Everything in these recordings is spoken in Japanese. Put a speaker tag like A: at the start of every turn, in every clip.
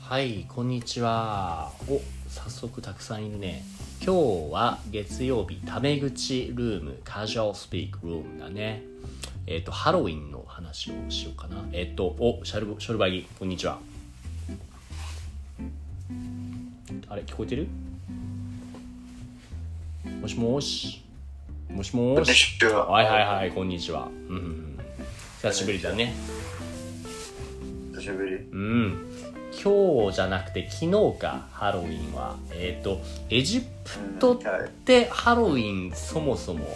A: はい、こんにちは。お、早速たくさんいるね。今日は月曜日、タメ口ルーム、カジュアルスピークルームだね。えっ、と、ハロウィンの話をしようかな。えっ、と、お、シャルブ、ショルバギ、こんにちは。あれ、聞こえてるもしもし。もしも
B: こんに
A: し。
B: ちは。
A: はいはいはい、こんにちは。うんうんうん。久しぶりだね。
B: 久しぶり。
A: うん、今日じゃなくて昨日かハロウィンはえっ、とエジプトっ
B: はい。
A: てハロウィンそもそも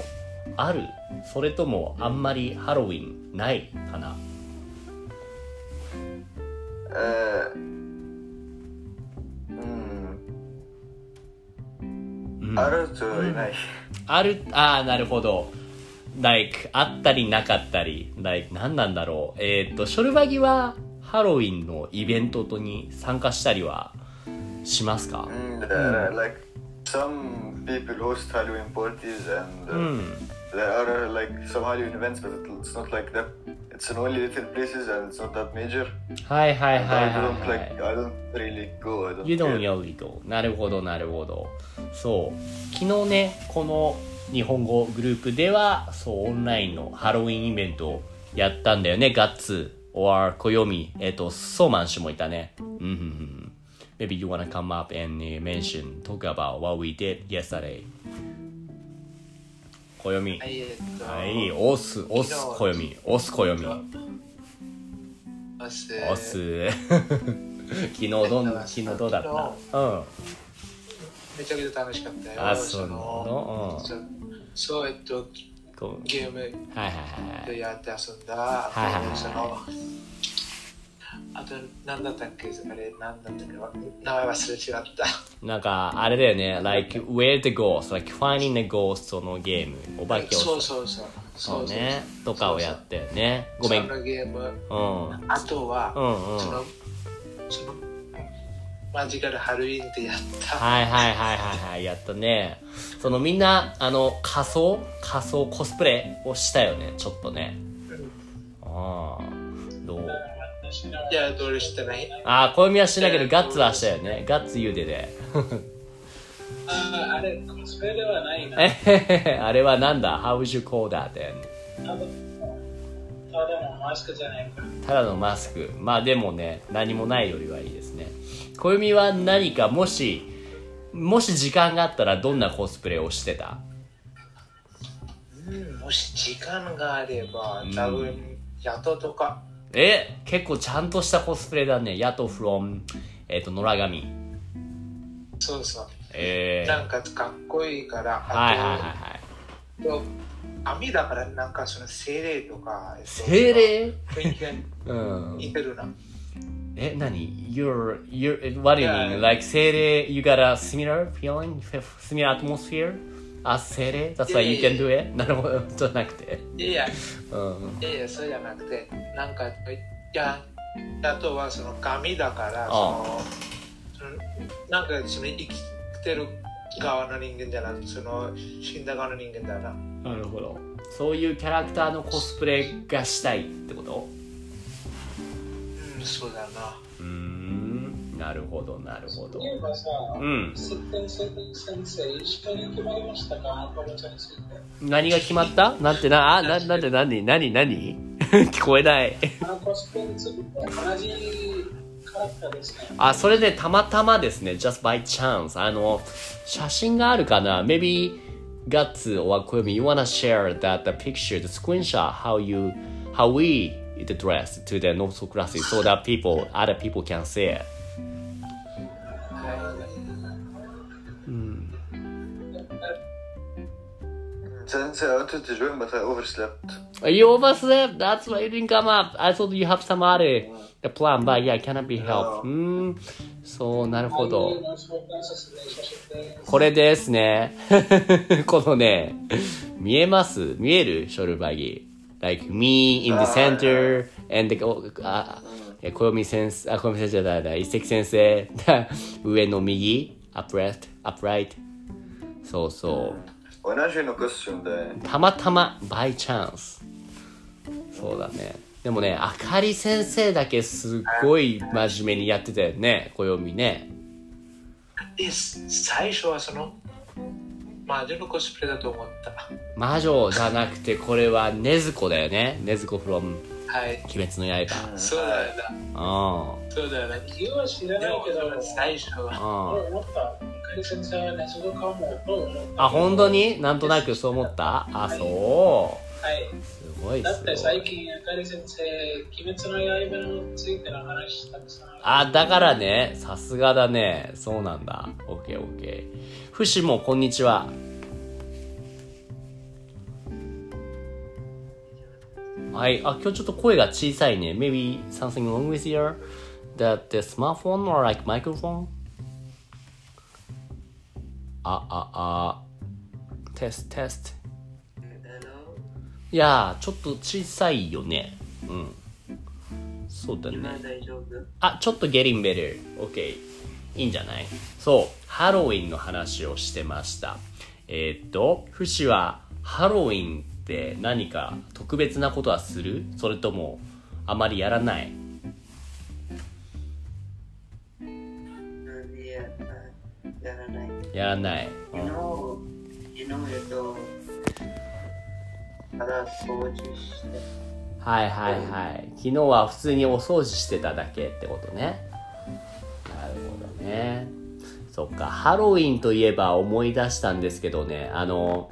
A: あるそれともあんまりハロウィンないかな
B: えー、hmm. うん、
A: うん
B: あるといない。
A: あるああなるほど like あったりなかったり like 何なんだろうえっ、とショルバギはハロウィンのイベントに参加したりはしますか
B: Mm, there
A: Hmm.
B: are like some people host Halloween parties and uh,
A: うん
B: there are uh, like some Halloween events, but it- it's not like that. It's in only little places and it's not that major.
A: はいはいはい
B: And I don't
A: はい、はい
B: like. I don't really go. I don't.
A: You don't
B: care.
A: really go. なるほど、なるほど。そう。昨日ね、この日本語グループでは、そう、オンラインのハロウィンイベントをやったんだよね。ガッツ、or 暦、えっ、と、ソーマン氏もいたね。うん、うん、うん。Maybe you wanna come up and uh, mention, talk about what we did yesterday. 暦。
C: は
A: はい、
C: い、えっと、
A: オス、オス、暦。オス、暦。
C: おす
A: オス。 昨日どん、昨日どうだったうん。
C: めちゃくちゃ楽しかったよ。
A: あそうな
C: の
A: の
C: そうそう、えっと、
A: こう
C: ゲーム
A: はいはいはいはい。
C: でやって遊んだ。あと
A: はいはいはい
C: そのあと、なんだったっけあれ、なんだったっけわ名前忘れちゃった。
A: なんかあれだよね、like where the ghost, like finding the ghost のゲーム、お化けを
C: そうそうそう。
A: そうね、とかをやったよね。ごめん。う
C: そ
A: ん。
C: のゲーム。
A: うんうん。
C: あとは、そ
A: は
C: の、その、マジカルハロウィンでやった。
A: いはいはいはいはい、やったね。そのみんな、あの、仮装仮装コスプレをしたよね、ちょっとね。ああ。どう
C: いや、どれしてない
A: ああ、暦はしないけど、ガッツはしたよね。ガッツゆでで。
C: あれ、コスプレではないな。
A: えへへへあれはなんだ ?How would you call that then?
C: ただのマスクじゃないか。
A: ただのマスクまあでもね何もないよりはいいですね暦は何かもしもし時間があったらどんなコスプレをしてた
C: うん、もし時間があれば、多分、雇とか、
A: え結構ちゃんとしたコスプレだねヤト from えっ、と野良神
C: そうそう、
A: えー、
C: なんかかっこいいから、
A: はいはいはい
C: あ
A: はい
C: と、と網だから、なんかその精霊とか、えっと
A: 精霊
C: 雰囲気が
A: うん
C: 似て るな。
A: え何 You're, you're what do you mean?
C: Yeah.
A: Like 精霊 you got a similar feeling similar atmosphere? as 精霊 That's why you can do it? なるほどじゃなくて
C: いや、い
A: うん
C: やいや、そうじゃなくて、なんか、いや、あとはその紙だから、その、そのなんかその生きてる側の人間じゃなくて、その死んだ側の人間だな。
A: なるほどそういうキャラクターのコスプレがしたいってこと
C: うん、そうだな。
A: うーんなるほどなるほど
D: 例えばさ、
A: うん
D: 接点先生、一緒に決まりましたか、かぼちゃについて。
A: 何が決まったなんてなあななんて何何何 聞こえない
D: あのコスプレについて、同じカラクターですね。
A: あそれでたまたまですね just by chance あの写真があるかな maybe guts or koyomi you wanna share that the picture the screenshot how you how we the dress to the north school classes so that people other people can see it
C: はい。
D: え
B: Since I wanted to join, but I overslept.
A: You overslept. That's why you didn't come up. I thought you have some other plan, but yeah, cannot be helped. うーん。そう、なるほ
D: I
A: ど
D: really。not focus as relationship things.
A: これですね。 このね、見えます見えるショルバギ。Like me in the center and the, あ、え小読先生、あ、小読先生じゃないな、一石先生。 上の右、upright, upright. そうそう。
B: وناجي no costume ده
A: たまたま、by chance。そうだね。でもね、あかり先生だけすごい真面目にやってたよね、小読みね。
C: で最初はその魔女のコスプレだと思った
A: 魔女じゃなくて、これは禰豆子だよね。禰豆子 from
C: はい
A: 鬼滅の刃。
C: そうだよ
A: あ
C: なそうだよな
D: You は知ら
C: で
D: ない
C: も
D: けど、
C: 最初は
A: あ
D: 俺思った。ゆかり先生はね、そこかもと思った。
A: あ、本当になんとなくそう思ったあ、そう。
D: はい。
A: すごい
D: だって
A: っす
D: 最
A: ごい。
D: 近、ゆかり先生、鬼滅の刃についての話たくさんあ
A: あ、だからね、さすがだね。そうなんだ。オッケーオッケー。フシもこんにちは。はい。あ、今日ちょっと声が小さいね。Maybe something wrong with your that the smartphone or like microphone? あ、あ、あ。テストテスト。いやー、ちょっと小さいよね。うん。そうだね。
C: 大丈夫
A: あ、ちょっと getting better. OK. いいんじゃないそう。ハロウィンの話をしてました。えーっと、フシはハロウィンって何か特別なことはするそれともあまりやらない
E: 何ややらない。
A: やらない。
E: 昨日、昨日やっと、から掃除して、
A: はいはいはい。昨日は普通にお掃除してただけってことね。なるほどね。そっか、ハロウィンといえば思い出したんですけどね、あの、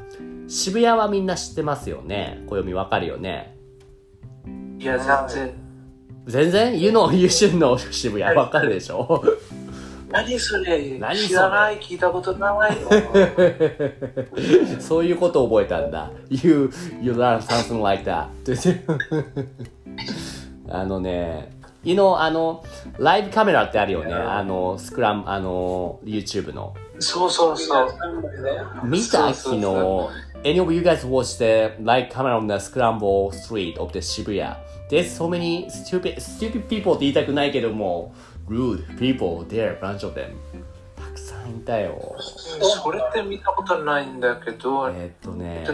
A: 渋谷はみんな知ってますよね。暦わかるよね。
C: いや全然
A: 全然 ?You know, you should know 渋谷わかるでしょ
C: 何それ
A: 何それ
C: 知らない聞いたことない
A: そういうこと覚えたんだ。You, you learn something like that. あのね、You know, あの、ライブカメラってあるよね。あの、スクラム、あの、YouTube の。
C: そうそうそう
D: ったんだけど、
A: 見た
C: そ
A: 昨
C: うそうそ
A: 日。Any of you guys watch the live camera on the scramble street of the Shibuya? There's so many stupid, stupid people って言いたくないけども、rude people there, bunch of them. たくさんいたよ。
C: それって見たことないんだけど
A: えーっとね、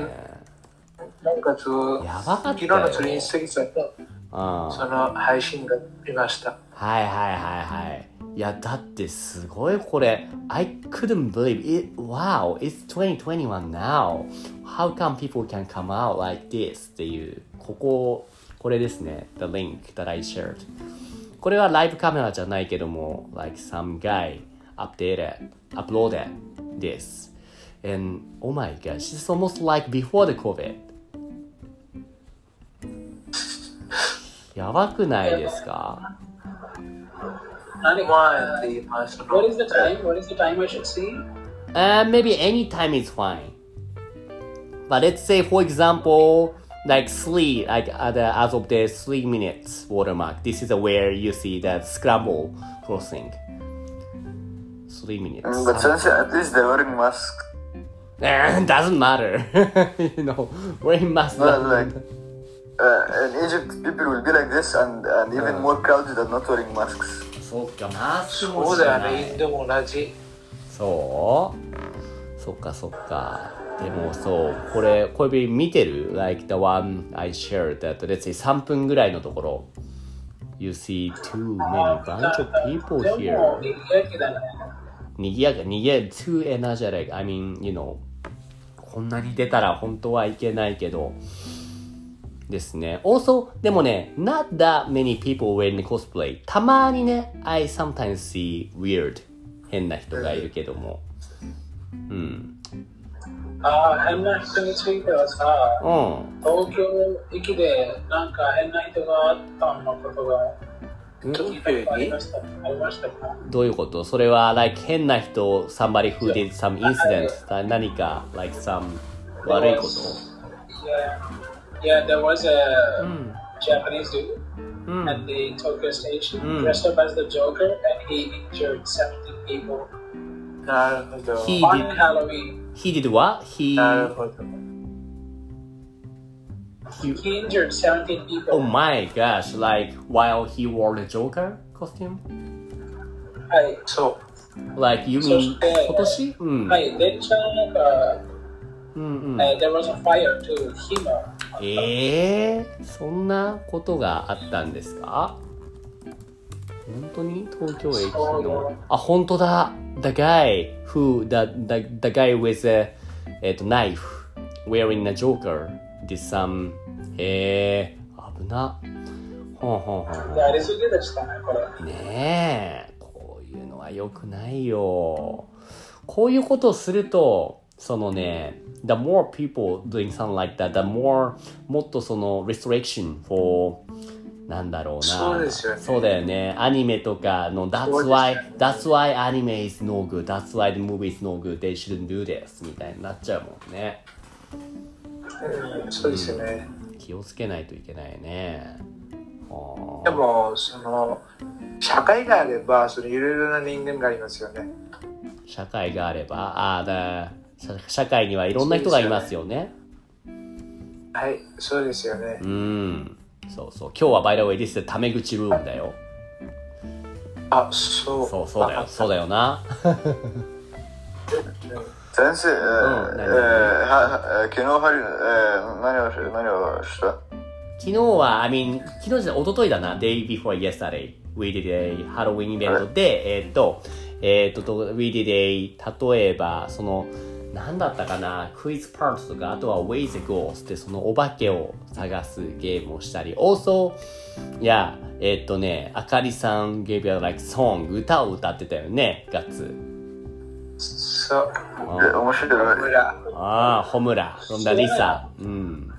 C: なんかそう
A: やばかった
C: 昨日
A: よ。
C: のそれインスタグラムの
A: うん。は
C: その配信が見ました
A: いはいはいはい。いや、だってすごいこれ。I couldn't believe it. Wow, it's 2021 now. How come people can come out like this? っていう、ここ、これですね。The link that I shared. これはライブカメラじゃないけども、like some guy updated, uploaded this. And oh my gosh, it's almost like before the COVID. やばくないですか
D: 何が
C: 前って言いました
D: What is the time? What is the time I should see?
A: Uh, maybe any time is fine. But let's say, for example, like three, like at the, as of the three minutes watermark. This is where you see that scramble crossing. Three minutes.
B: Mm, but since at least they're wearing masks.
A: Eh, doesn't matter. you know, wearing mask.
B: Well, like,
A: doesn't-
B: Uh, in Egypt, people will be like this, and, and even more crowded and not wearing masks.
A: そうか、マスクも
C: そう
A: し
C: だ
A: な
C: よ
A: い
C: ねインドも同じ
A: そうそっかそっか。でもそう、これ、小指見てる ?like the one I shared that, let's say 3分ぐらいのところ。You see too many bunch of people
D: でも、
A: here.
D: にぎやけだね。
A: にぎやか、にぎや、too energetic. I mean, you know, こんなに出たら本当はいけないけど。ですね。also, でもね、not that many people wearing cosplay. たまにね、I sometimes see weird 変な人がいるけども。うん。
D: ああ、変な人についてはさ、
A: う
D: 東京駅でなんか変な人があったのことが聞いたことありました。ありましたか
A: ん。どういうことそれは、like, 変な人、somebody who did some incident, な何か、like, some 悪いこと
D: Yeah, yeah. There was a
F: うん
D: Japanese dude,
F: うん
A: Hmm.
D: and they took a station
F: Mm.
D: dressed up as the Joker, and he injured 17 people
F: なるほど He
D: on
F: did,
D: Halloween.
A: He did what? He...
F: なるほど
A: You-
D: He injured 17 people.
A: Oh my gosh, like while he wore the Joker costume?
D: Hi,
C: そ
A: Like you
D: そ
A: mean
D: して
A: 今年うん
D: hi. Then Chang, uh,
F: うんうん
D: uh, there was a fire too. Hima.
A: ええそんなことがあったんですか本当に東京駅
D: そう
A: の。あ、本当だ !The guy who, the, the, the guy with a、えっと knife wearing a joker did some... ええ危な。ほんほんほんほん。
D: Yeah, this is good. That's fine.
A: ねえこういうのは良くないよこういうことをするとそのね the more people doing something like that the more もっとその restriction for なんだろうな
C: そうですよね
A: そうだよねアニメとかの that's
C: そうですよ
A: why
C: ね
A: that's why anime is no good that's why the movie is no good they shouldn't do this みたいになっちゃうもんね
C: う、うん、そうですよね。
A: 気をつけないといけないねはあ
C: でも、その、社会があれば、そのいろいろな人間がありますよね。
A: 社会があればああだ社社会にはいろんな人がいますよね
C: はい、そうですよね。
A: うんそうそう今日はバイラウェイ This is タメ口ルームだよ
C: あ、そう。
A: そうそうだよそうだよな
B: Sensei, uh,
A: Oh, no, no,
B: uh, ha- ha- uh, Kino Harun, uh, 何をし何をした
A: 昨日は I mean 昨日じゃない一昨日だな Day before yesterday We did a Halloween event でえーっとえーっとと We did a 例えばその何だったかなクイズパートとかあとは Way the Ghost でそのお化けを探すゲームをしたり Also いやえーっとねあかりさん gave a like song 歌を歌ってたよねガッツ
C: そう。
B: で面白い。
C: 村。
A: ああ、ホムラ、ロンダリサ。うん。
B: で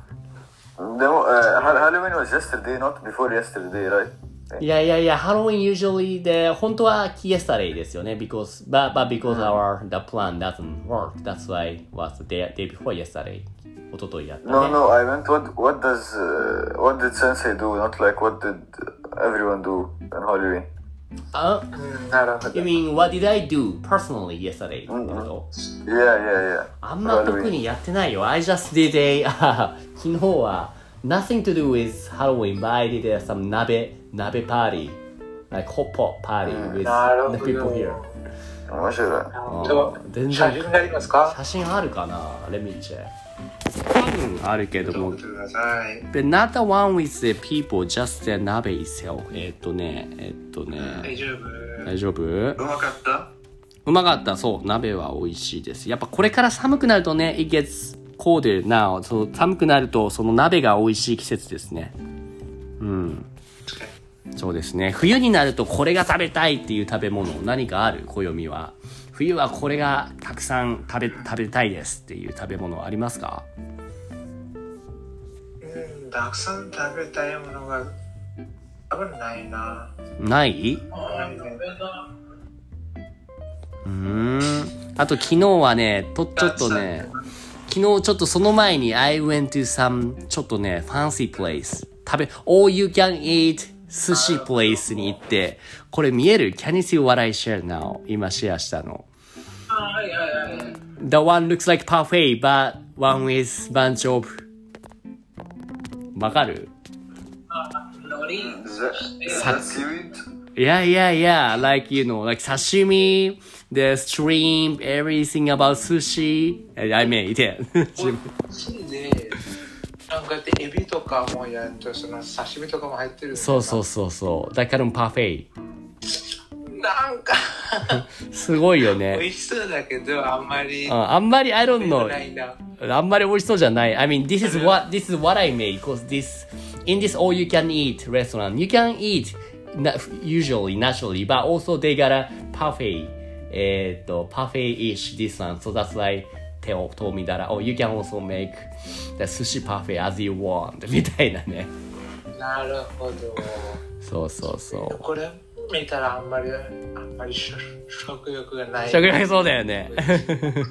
B: も、uh, Hal- Halloween was yesterday, not before yesterday, right?
A: いやいやいや、ハロウィン usually で、本当は yesterday ですよね。because, but, but because our, the plan doesn't work. That's why was the day, day before yesterday. 一昨日やったね。
B: No, no, I meant what, what does, uh, what did Sensei do, not like what did everyone do on Halloween.
A: あ
C: うん、なるほ
A: You
C: ど。
A: mean, what did I do personally yesterday? ってこと
B: Yeah, yeah, yeah.
A: あんま特にやってないよ。I just did a, あ昨日は nothing to do with Halloween, but I did a, some 鍋、鍋パーティー。like hot pot party
C: なる
A: with the
C: ほ
A: people here.
C: ど。
B: 面白い。
C: と
A: 全
C: 写
A: 然
C: 真がありますか
A: 写真あるかなレミチェ多分あるけども
C: 見てください。
A: But not the one with the people, just the 鍋 itself えっとねえっと
C: 大
A: ね
C: 丈夫。
A: 大丈夫
B: うまかった
A: うまかったそう鍋は美味しいですやっぱこれから寒くなるとね It gets colder now そう寒くなるとその鍋が美味しい季節ですねうんそうですね冬になるとこれが食べたいっていう食べ物何かある暦は冬はこれがたくさん食べ食べたいですっていう食べ物ありますか
C: うん、たくさん食べたいものが多分ないな。
A: ない
C: ないね。
A: うーんあと昨日はねとちょっとね昨日ちょっとその前に I went to some ちょっとね fancy place 食べ all you can eat 寿司 place に行ってこれ見える Can you see what I share now 今シェアしたの
D: Hi, hi, hi.
A: The one looks like parfait but one is bunch of わかる
D: Nori.
B: Is that, is that seaweed?
A: Yeah, yeah, yeah. Like, you know, like sashimi, the shrimp, everything about sushi. And I made it.
C: で、なんかでエビとかもやっとその刺身とかも入ってる。
A: そうそうそうそう。だからパフェイ。
C: う。なんか
A: すごいよ
C: 美
A: ね。
C: 味しそうだけどあんまり
A: うんあんまり、I don't
C: ないな。
A: know. あんまり美味しそうじゃない。I mean, this is what, this is what I made. Cause this, in this all you can eat restaurant, you can eat na- usually, naturally, but also they got a parfait. えーっと、パフェ ish this one. So that's why they told me that, oh, you can also make the sushi parfait as you want. みたいなね。
C: なるほど。
A: そうそうそう。
C: これ見たらあんまりあんまり食食欲がない。
A: 食欲そうだよね。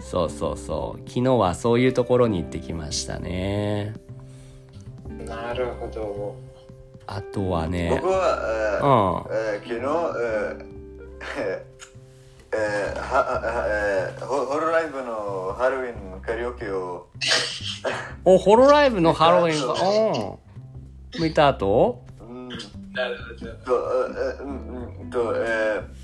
A: そうそうそう昨日はそういうところに行ってきましたね
C: なるほど。
A: あとはね
B: 僕は、えー
A: うん
B: えー昨日、えーえーははえーホホロライブのハロウィンカラオケを
A: おホロライブのハロウィンがうん見た後
B: うん
C: なるほど。
B: と、えーうんうんとえー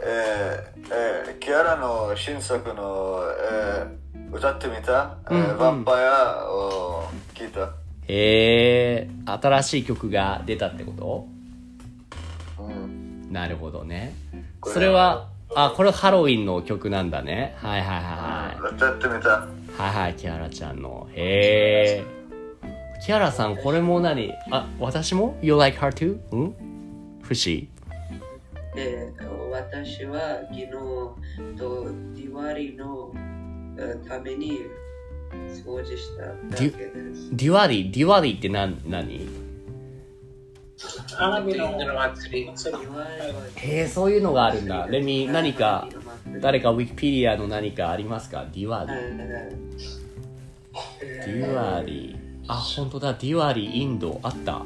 B: えーえーキアラの新作の、えー歌ってみた、えー
A: うんう
B: ヴ
A: ん
B: ァンパイアを聞いた、
A: へえ新しい曲が出たってこと
B: うん、
A: なるほどね
B: これ
A: それはあこれハロウィンの曲なんだねはいはいはい
B: 歌ってみた
A: はいはいはいキアラちゃんのへえキアラさんこれも何あ私も ?You like her too? うん不思
E: で私は昨日とディワリのえーために掃除しただけです。
A: デュアリデュアリって何何
D: 花火
C: インドの
D: の
C: 祭り。
D: 祭
E: デ
D: り
E: ィワリは
A: へえそういうのがあるんだレミ何か誰かウィキペディアの何かありますかデュアリ
E: うん
A: デュアリー。あ、本当だ。デュアリー、インド。あった。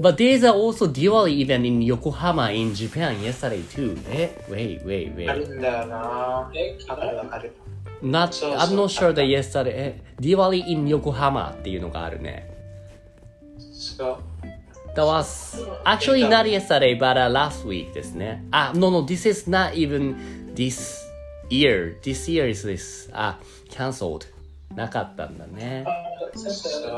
A: But there's also Diwali event in Yokohama in Japan yesterday too. え Wait, wait,
C: あ
A: wait.
C: るんだよな。
D: え
C: わかるわかる。
A: Not,
C: そうそ
A: I'm
C: う
A: not sure that yesterday. え Diwali in Yokohama っていうのがあるね。
C: そう。
A: That was actually not yesterday, but、uh, last week ですね。あ、no, no, this is not even this year. This year is this. あ、cancelled. なかったんだね。
D: 先生、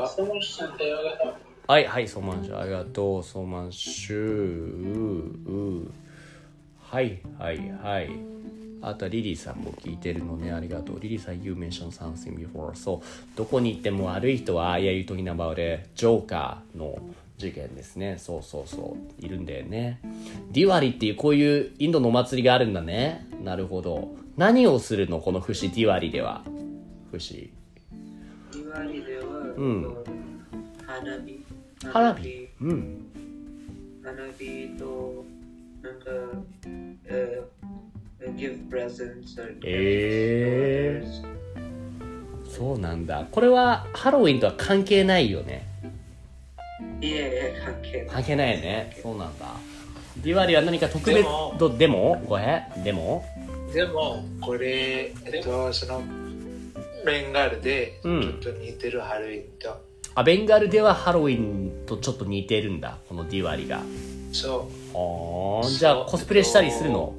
D: 質問しててよかっ
A: はいはい、そうまんしゅう。ありがとう、そうまんしゅう。ううはいはいはい。あとはリリーさんも聞いてるのね。ありがとう。リリーさん、You mentioned something before. そう、どこに行っても悪い人は、ああいう時なばで、ジョーカーの事件ですね。そうそうそう。いるんだよね。ディワリっていう、こういうインドのお祭りがあるんだね。なるほど。何をするのこの節、ディワリでは。節。
E: ディワリでは、
A: ん
E: 花火。
A: 花火。うん。
E: 花火と、なんか、えー、give presents or
A: え
E: gifts to others
A: そうなんだ。これは、ハロウィンとは関係ないよね。
E: いえいえ、関係ない。
A: 関係ないよねそうなんだディワリは何か特別
C: でも
A: どでもごめんでも
C: でも、これ、えっと、その、ベンガルで、ち
A: うん
C: ょっと似てるハロウィンと。
A: あベンガルではハロウィンとちょっと似てるんだこのディワリが
C: そ
A: あーじゃあコスプレしたりするの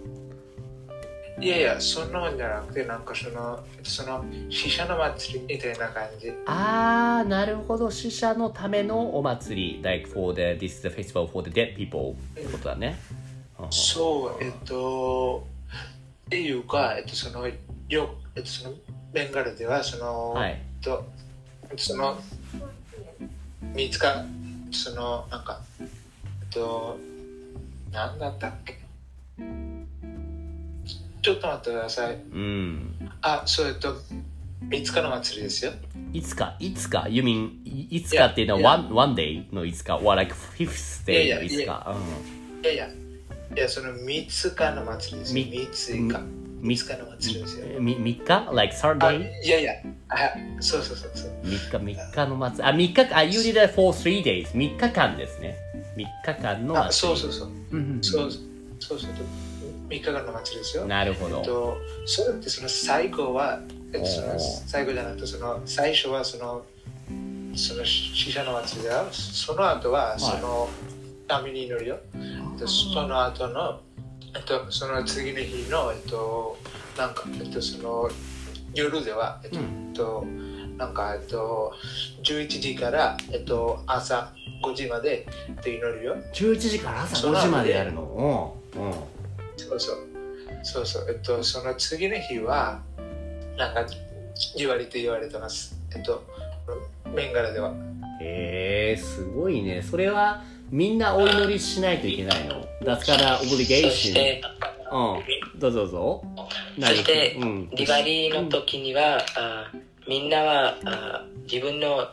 C: う。いやいや、そんなんじゃなくて、なんかその、その、死者の祭りみたいな感じ。
A: あーなるほど死者のためのお祭り like for the this is the festival for the dead people ってことだねうん
C: そう、えっと、っていうか、えっと、その、よ、えっと、その、ベンガルでは、その、
A: はい
C: えっと、その、見つか、その、なんか、えっと、なんだったっけ。ちょっと待ってください。
A: うん
C: あ、そう、えっと、三日の祭りですよ。
A: いつかいつか you mean いいつかっていうのは one, one day のいつか or like fifth day のいつ
C: いやい
A: か
C: いやいや、いや、その三日の祭りですよ。
A: み
C: 三日。
A: み
C: 三日の祭りですよ。
A: 3日 like third
C: あ、
A: day
C: いやいや、あ、そうそうそうそう。
A: 3日3日の祭りあ3日あ you did that for three days 3日間ですね3日間の祭り
C: あ、そうそうそう。
A: うんうんうん
C: そうそうそうと3日間の祭りですよ。
A: なるほ
C: えっ
A: ど
C: と、それってその最後は、えっと、そ
A: お
C: の
A: ー
C: 最後じゃなくてその最初はそのその死者の祭りだよ。その後はその波に祈るよ。でその後の、えっと、その次の日の、えっと、なんか、えっと、その夜では、えっと、
A: うん
C: えっとなんか、えっと、11時から、えっと、朝5時まで、えっと、祈るよ。
A: 11時から朝
C: そ
A: 5
C: うなんだ
A: 時までやるのうんうん
C: そうそう。そうそう。えっと、その次の日は、なんか、言われて言われてます。えっと、ベンガラでは。
A: へえすごいねそれはみんなお祈りしないといけないのだからオブリゲー
G: そ
A: シ
G: し
A: ョ
G: て、
A: ンうんどうぞどうぞ
G: そして
A: うん
G: ディワリの時には、あみんなはあ自分の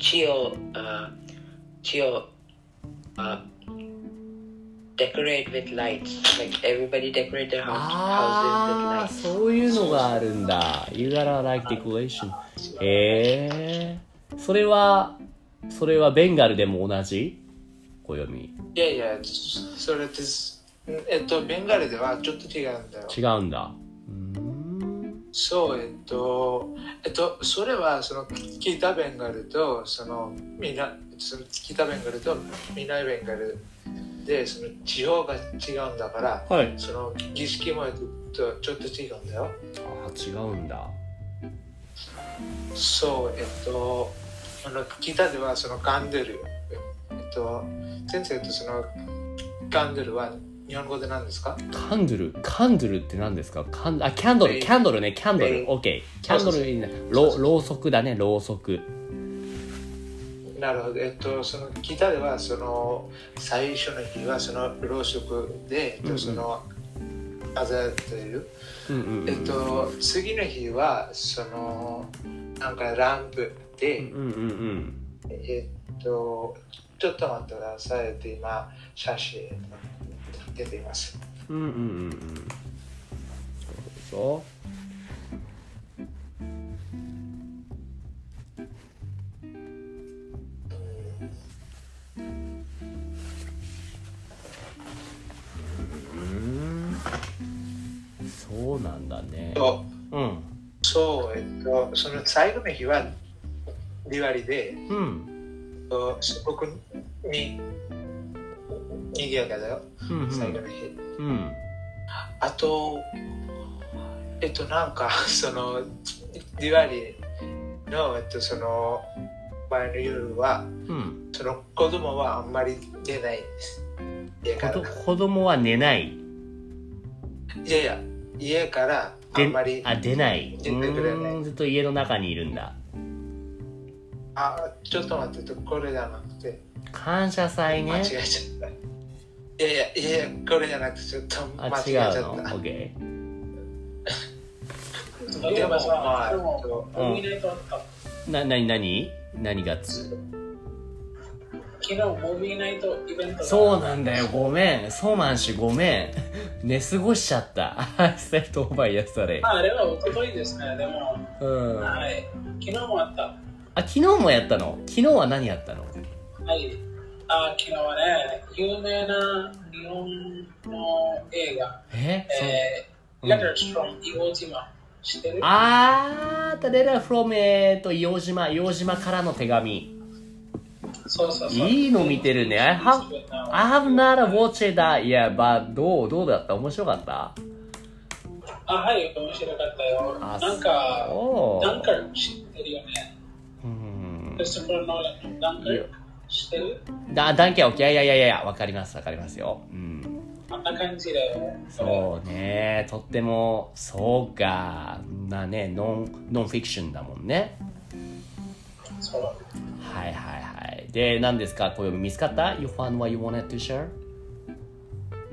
G: 血を、あ血を、あ
E: decorate with lights. Like everybody decorate their house, houses
A: あ
E: with
A: あ
E: lights.
A: そういうのがあるんだ You gotta like decoration ええー、それはそれはベンガルでも同じ暦
C: いやいや、それです。えっと、ベンガルではちょっと違うんだよ。
A: 違うんだ
C: そう、えっと、えっと、それはその北ベンガルとその南その北ベンガルと南ベンガルでその地方が違うんだから、
A: はい
C: その儀式もちょっとちょっと違うんだよ。
A: あー違うんだ
C: そう、えっと、あの北ではそのガンデル、えっと、先生とそのガンデルは日本語で何ですか
A: カンドゥルカンドゥルって何ですかカンあキャンドルキャンドルねキャンドル
C: えー
A: OK キャンドルいいなろろうそくだねろうそく
C: なるほど、えっと、その北ではその最初の日はそのろうそくで、えっ
A: うんう
C: と、
A: ん
C: その飾っている、
A: うんうんうん
C: えっと、次の日はそのなんかランプで、
A: うんうんうん
C: えっとちょっと待ってください、えっと、今写真出ています
A: うんうんうんうんそうそううんそうなんだね
C: と
A: うん
C: そう、えっと、その最後の日はディワリで、
A: うん
C: えっとすごくに賑やかだよ、
A: うんうん
C: 最後の日。
A: うん
C: あと、えっと、なんか、その、ディワリの、えっと、その、前の夜は、
A: うん
C: その子供はあんまり出ないんです。家か
A: 子
C: ら
A: ど。子供は寝ない
C: いやいや、家からあ
A: で
C: んまり、
A: あ出ない
C: 出てくれないう
A: ーんずっと家の中にいるんだ
C: あ、ちょっと待って、これじゃなくて、
A: 感謝祭ね
C: 間違えちゃった。いやいや、いやいや、これじゃなくて、ちょっと
A: あ
C: 間違え
A: 違
C: ちゃっ
A: うの
C: た。
A: OK
C: でも、まあ、え
D: でも
C: っと
A: うん
D: イナイトあった。
A: な何何何月
D: 昨日ムービーナイトイベント
A: そうなんだよごめんそうマンシュごめん寝過ごしちゃった I slept over yesterday
D: まああれはおとといですね。でも、
A: うんあ
D: はい。昨日もあった。
A: 昨日もやったの昨日は何やったの
D: はい。あ昨日はね、有名な日本の映画、
A: え
D: えー、
A: うん
D: Letters from 伊黄島、知ってる
A: あー、誰だ、from えーと、伊黄島、伊黄島からの手紙。
D: そうそうそう。
A: いいの見てるね。I have, I have not watched that. Yeah, but どう、どうだった面白かった
D: あ、はい、面白かったよ。
A: あ
D: なんか、
A: そう
D: ダンカル知ってるよね。
A: うん
D: クリストファー・ノーランのダンカル知ってる
A: だ、ダンケオッケー、いやいやいやいや、わかります、わかりますよ。うん。
D: あんな感じだよ。
A: そうねとってもそうかなねノンノンフィクションだもんね
D: そう。
A: はいはいはいで何ですか暦見つかった ?You found what you wanted to share?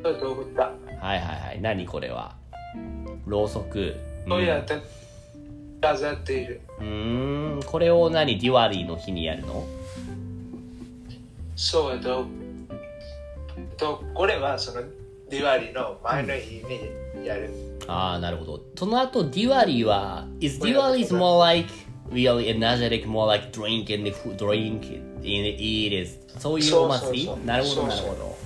C: ちょっと送った。
A: はいはいはい何これはろうそく
C: そうやっ
A: う
C: て、飾っている。
A: んうーんこれを何ディワリーの日にやるの
C: そうえっと、えっと、これはそのディワリの前の日にやる。
A: ああなるほどその後ディワリーは Is ディワリー is more like really energetic more like drink and food drink and eat is そういうお祭り
C: そうそうそう
A: なるほどなる
C: そ
A: ほ
C: う
A: ど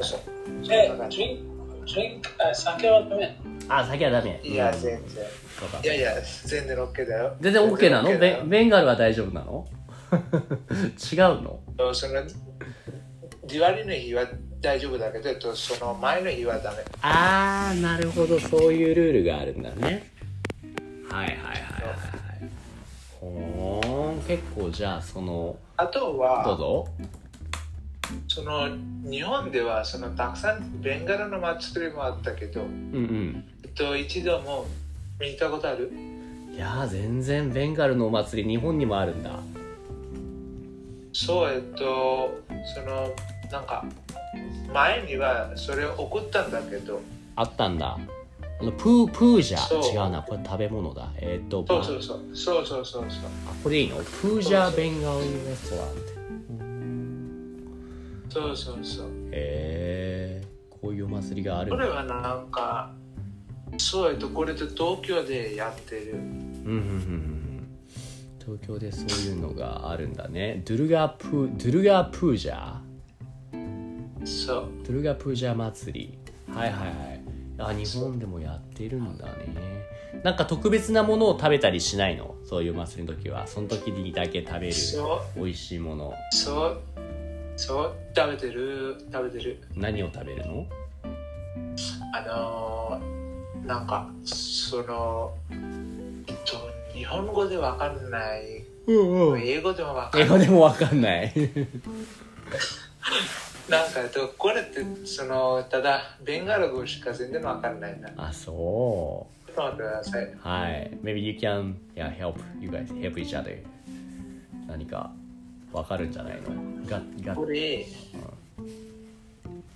C: そうそう
D: で、ドリンク、ドリンク、あ酒はダメ。
A: あ先はダメ
C: いや、全然。
A: そうか
C: いやいや、全然 OK だよ。
A: 全然 OK なの
C: OK だよ
A: ベベンガルは大丈夫なの 違うの
C: えっとそのディワリの日は大丈夫だけど、えっと、その前の日はダメ。
A: あーなるほどそういうルールがあるんだねはいはいはいはいはいほーん結構じゃあその
C: あと
A: どう
C: は、
A: ぞ
C: その日本ではそのたくさんベンガルの祭りもあったけど、
A: うん
C: えっと、一度も見たことある
A: うんいやー全然ベンガルのお祭り日本にもあるんだ
C: そう、えっと、その、なんか、前にはそれを送ったんだけど、
A: あったんだあのプープージ
C: そう
A: ャ違うなこれ食べ物だえーっと
C: そうそう
A: あ
C: そうそうそうそうそう
A: これいいのプージャベンガルレストランって
C: そうそうそう
A: へえこういうお祭りがある
C: これはなんかそうやとこれと東京でやってる
A: うんうんうんうん東京でそういうのがあるんだねドゥルガプードゥルガプージャー
C: そう
A: ドゥルガプージャー祭りはいはいはいあ日本でもやってるんだねなんか特別なものを食べたりしないのそういうお祭りの時はその時にだけ食べる
C: そ
A: 美味しいもの
C: うそうそう食べてる食べてる
A: 何を食べるの
C: あのーなんかそのえっと日本語でわかんない
A: うん
C: 英語でもわかん
A: 英
C: ない
A: 語でもわかんない
C: なんかとこれってそのただベンガル語しか全然わかんないな
A: あそう
C: ちょっと待ってください
A: Hi, maybe you can yeah, help you guys help each other. 何かわかるんじゃないのがが
C: これ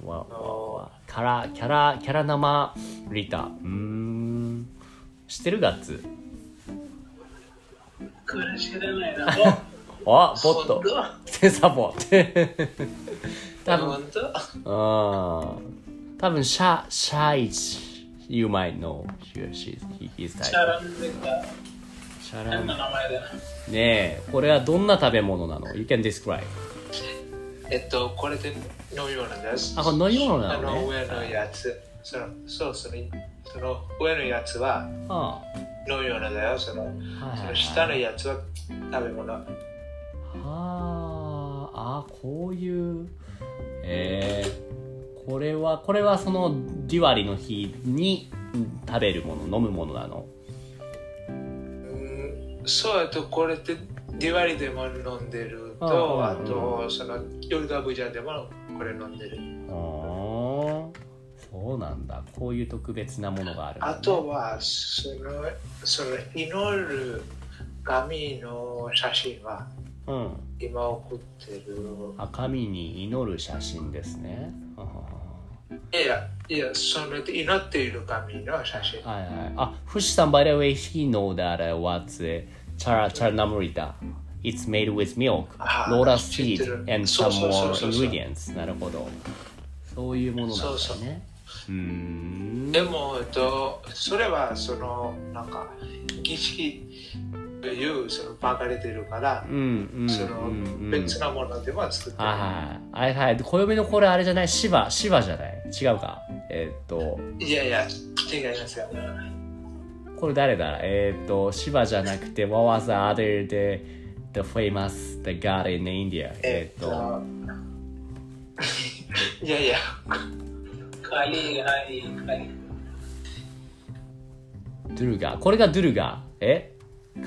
A: わわわキャラキャラキャラ生リタ。うーん。知ってるガッツ。
D: これ知らないな。 お
A: あ、ボッ
C: 本
A: ト。
C: 当
A: セン サーボット。多分、
C: 本当
A: うん。多分シャシャイチ。You might know. She, she, he, he's
D: シ
A: Thai.
D: ャランでか
A: シャラ
D: 変
A: ン。
D: な
A: ね
D: 名前だな。
A: え、これはどんな食べ物なの ?You can describe.
C: えっと、これで飲み物です。
A: あ、これ飲み物
C: あ
A: なのね。
C: の上のやつ、その、そうそれ、その上のやつは
A: あ
C: 飲み物だよ。その、
A: あはいはい
C: そ
A: は
C: の
A: い
C: 下のやつは食べ物。
A: はああこういうえー、これはこれはそのディワリの日にうん食べるもの飲むものなの
C: うん、そうやと、これってディワリでも飲んでる
A: あ
C: と、
A: あ
C: あと、そのヨルダブジャでもこれ飲んでる。
A: ああそうなんだこういう特別なものがあるんだね、
C: あとは、その、その祈る神の写真は
A: うん
C: 今送ってる。
A: あ神に祈る写真ですねはははい
C: やいや、その祈っている神の写真。
A: ははいはいあフシさん by the way he know that uh, what's uh, chara charanamrita it's made with milk
C: あー
A: Laura
C: 知
A: seed
C: ってる
A: and
C: そ
A: some
C: うそう
A: more
C: そうそう
A: ingredients なるほどそういうものなんだね
C: そうそう
A: うーん
C: でも、えっと、それはそのなんか儀式というそのばかれてるから
A: う、んうん
C: そ
A: うんうん
C: の別なものでは作って
A: はい
C: な
A: はいはいはい暦のこれあれじゃないシバシバじゃない違うかえーっと
C: い。いやいや、違いますよ。
A: これ誰だえーっとシバじゃなくて What was the other the the famous the god in India えーっと、
C: いやいや、
D: カリー、ハリー、カリー。
A: ドゥルガこれがドゥルガえ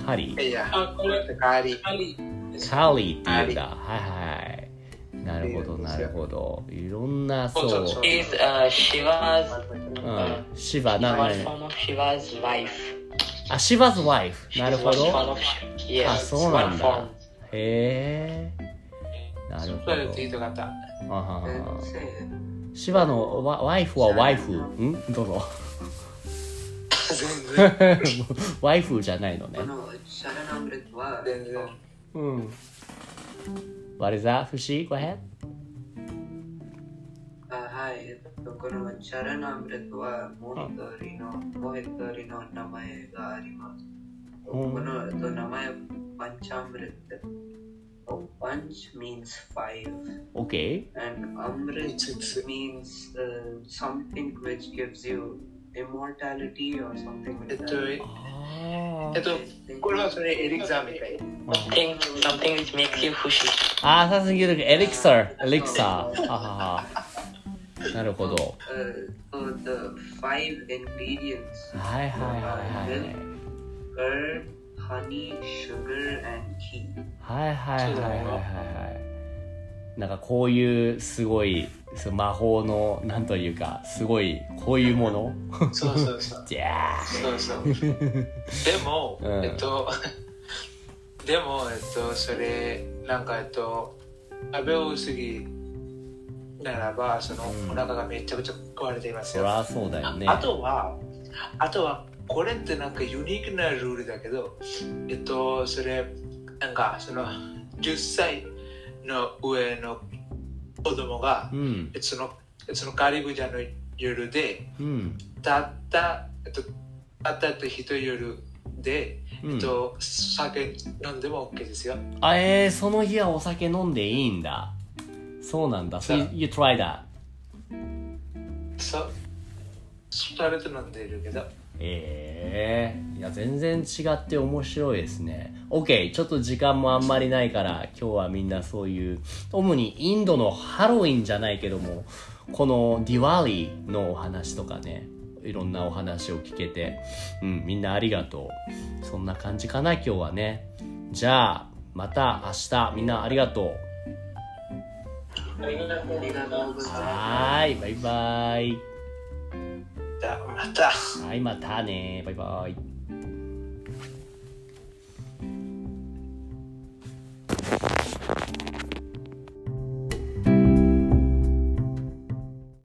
A: カリ
C: いやいや、
D: あ、これ、
C: 代わり。
D: カリー。
A: カリって言うんだはいはいなるほどなるほどいろんな
C: そう
A: そう
C: そう
H: is uh, Shiva's
A: うんシバ
H: she
A: な
H: was
A: な
H: one of Shiva's wife.
A: あシバズワイフ
H: She
A: なる
H: was
A: ほ
H: one
A: ど
H: of yes,
A: あそうなん
H: one
A: だ
H: form.
A: へえなるほ
C: それって言い
A: ど
C: たかった。
A: あはは
E: And
A: は
E: say,
A: シバのワワイフはワイフんどうぞ
C: 全然、
A: ワイフじゃないのね
E: no, Sharanamrit was
C: 全然。
A: うん What is that? フシ Go ahead
E: uh, hi, so kono Sharanamrit was Mohitorino, Mohitorino namae ga arima.
A: うん
E: Kono to namae Panchamrit. So Panch means five,
A: OK
E: and Amrit
C: It's- it's-
E: means uh, something which gives you immortality or something
C: え
E: like
C: っと、
E: that.
C: え
A: あ
C: っと、これはそれエリクザーみたい。
H: Something something which makes you fushi.
A: ああ、さすがにエリクサー、エリクサー。ははは。なるほど。
E: Uh, so the five ingredients
A: はいはいはいはい。
E: curd, honey, sugar, and ghee.
A: はいはいはいはいはいはい。なんかこういうすごいその魔法のなんというかすごいこういうもの。
C: そうそうそう。
A: じゃあ。
C: そ うそう。でも、
A: うん
C: えっと、 でも、えっと、それ、なんか、えっと、食べ多すぎならば、その、
A: うん
C: お腹がめちゃくちゃ壊れています
A: そ
C: よ。
A: り
C: あ
A: ゃそうだよね。
C: あとは、あとは、これってなんかユニークなルールだけど、えっと、それ、なんか、その、10歳の上の子供が
A: う、ん。
C: えっとその、そのカリブジャの夜で
A: うん
C: たった、えっと、たったと一夜で、
A: うん
C: えっと、酒飲んでも OK ですよ。
A: あえー、その日はお酒飲んでいいんだそうなんだ so you, you try that
C: そう、二人と飲んでいるけど。
A: ええいや全然違って面白いですね OK ちょっと時間もあんまりないから今日はみんなそういう主にインドのハロウィンじゃないけどもこのディワーリーのお話とかねいろんなお話を聞けてうんみんなありがとうそんな感じかな今日はねじゃあまた明日みんなありがとう
D: ありがとうございます。
A: はーいバイバイ
C: じゃあまた。
A: はいまたねバイバイ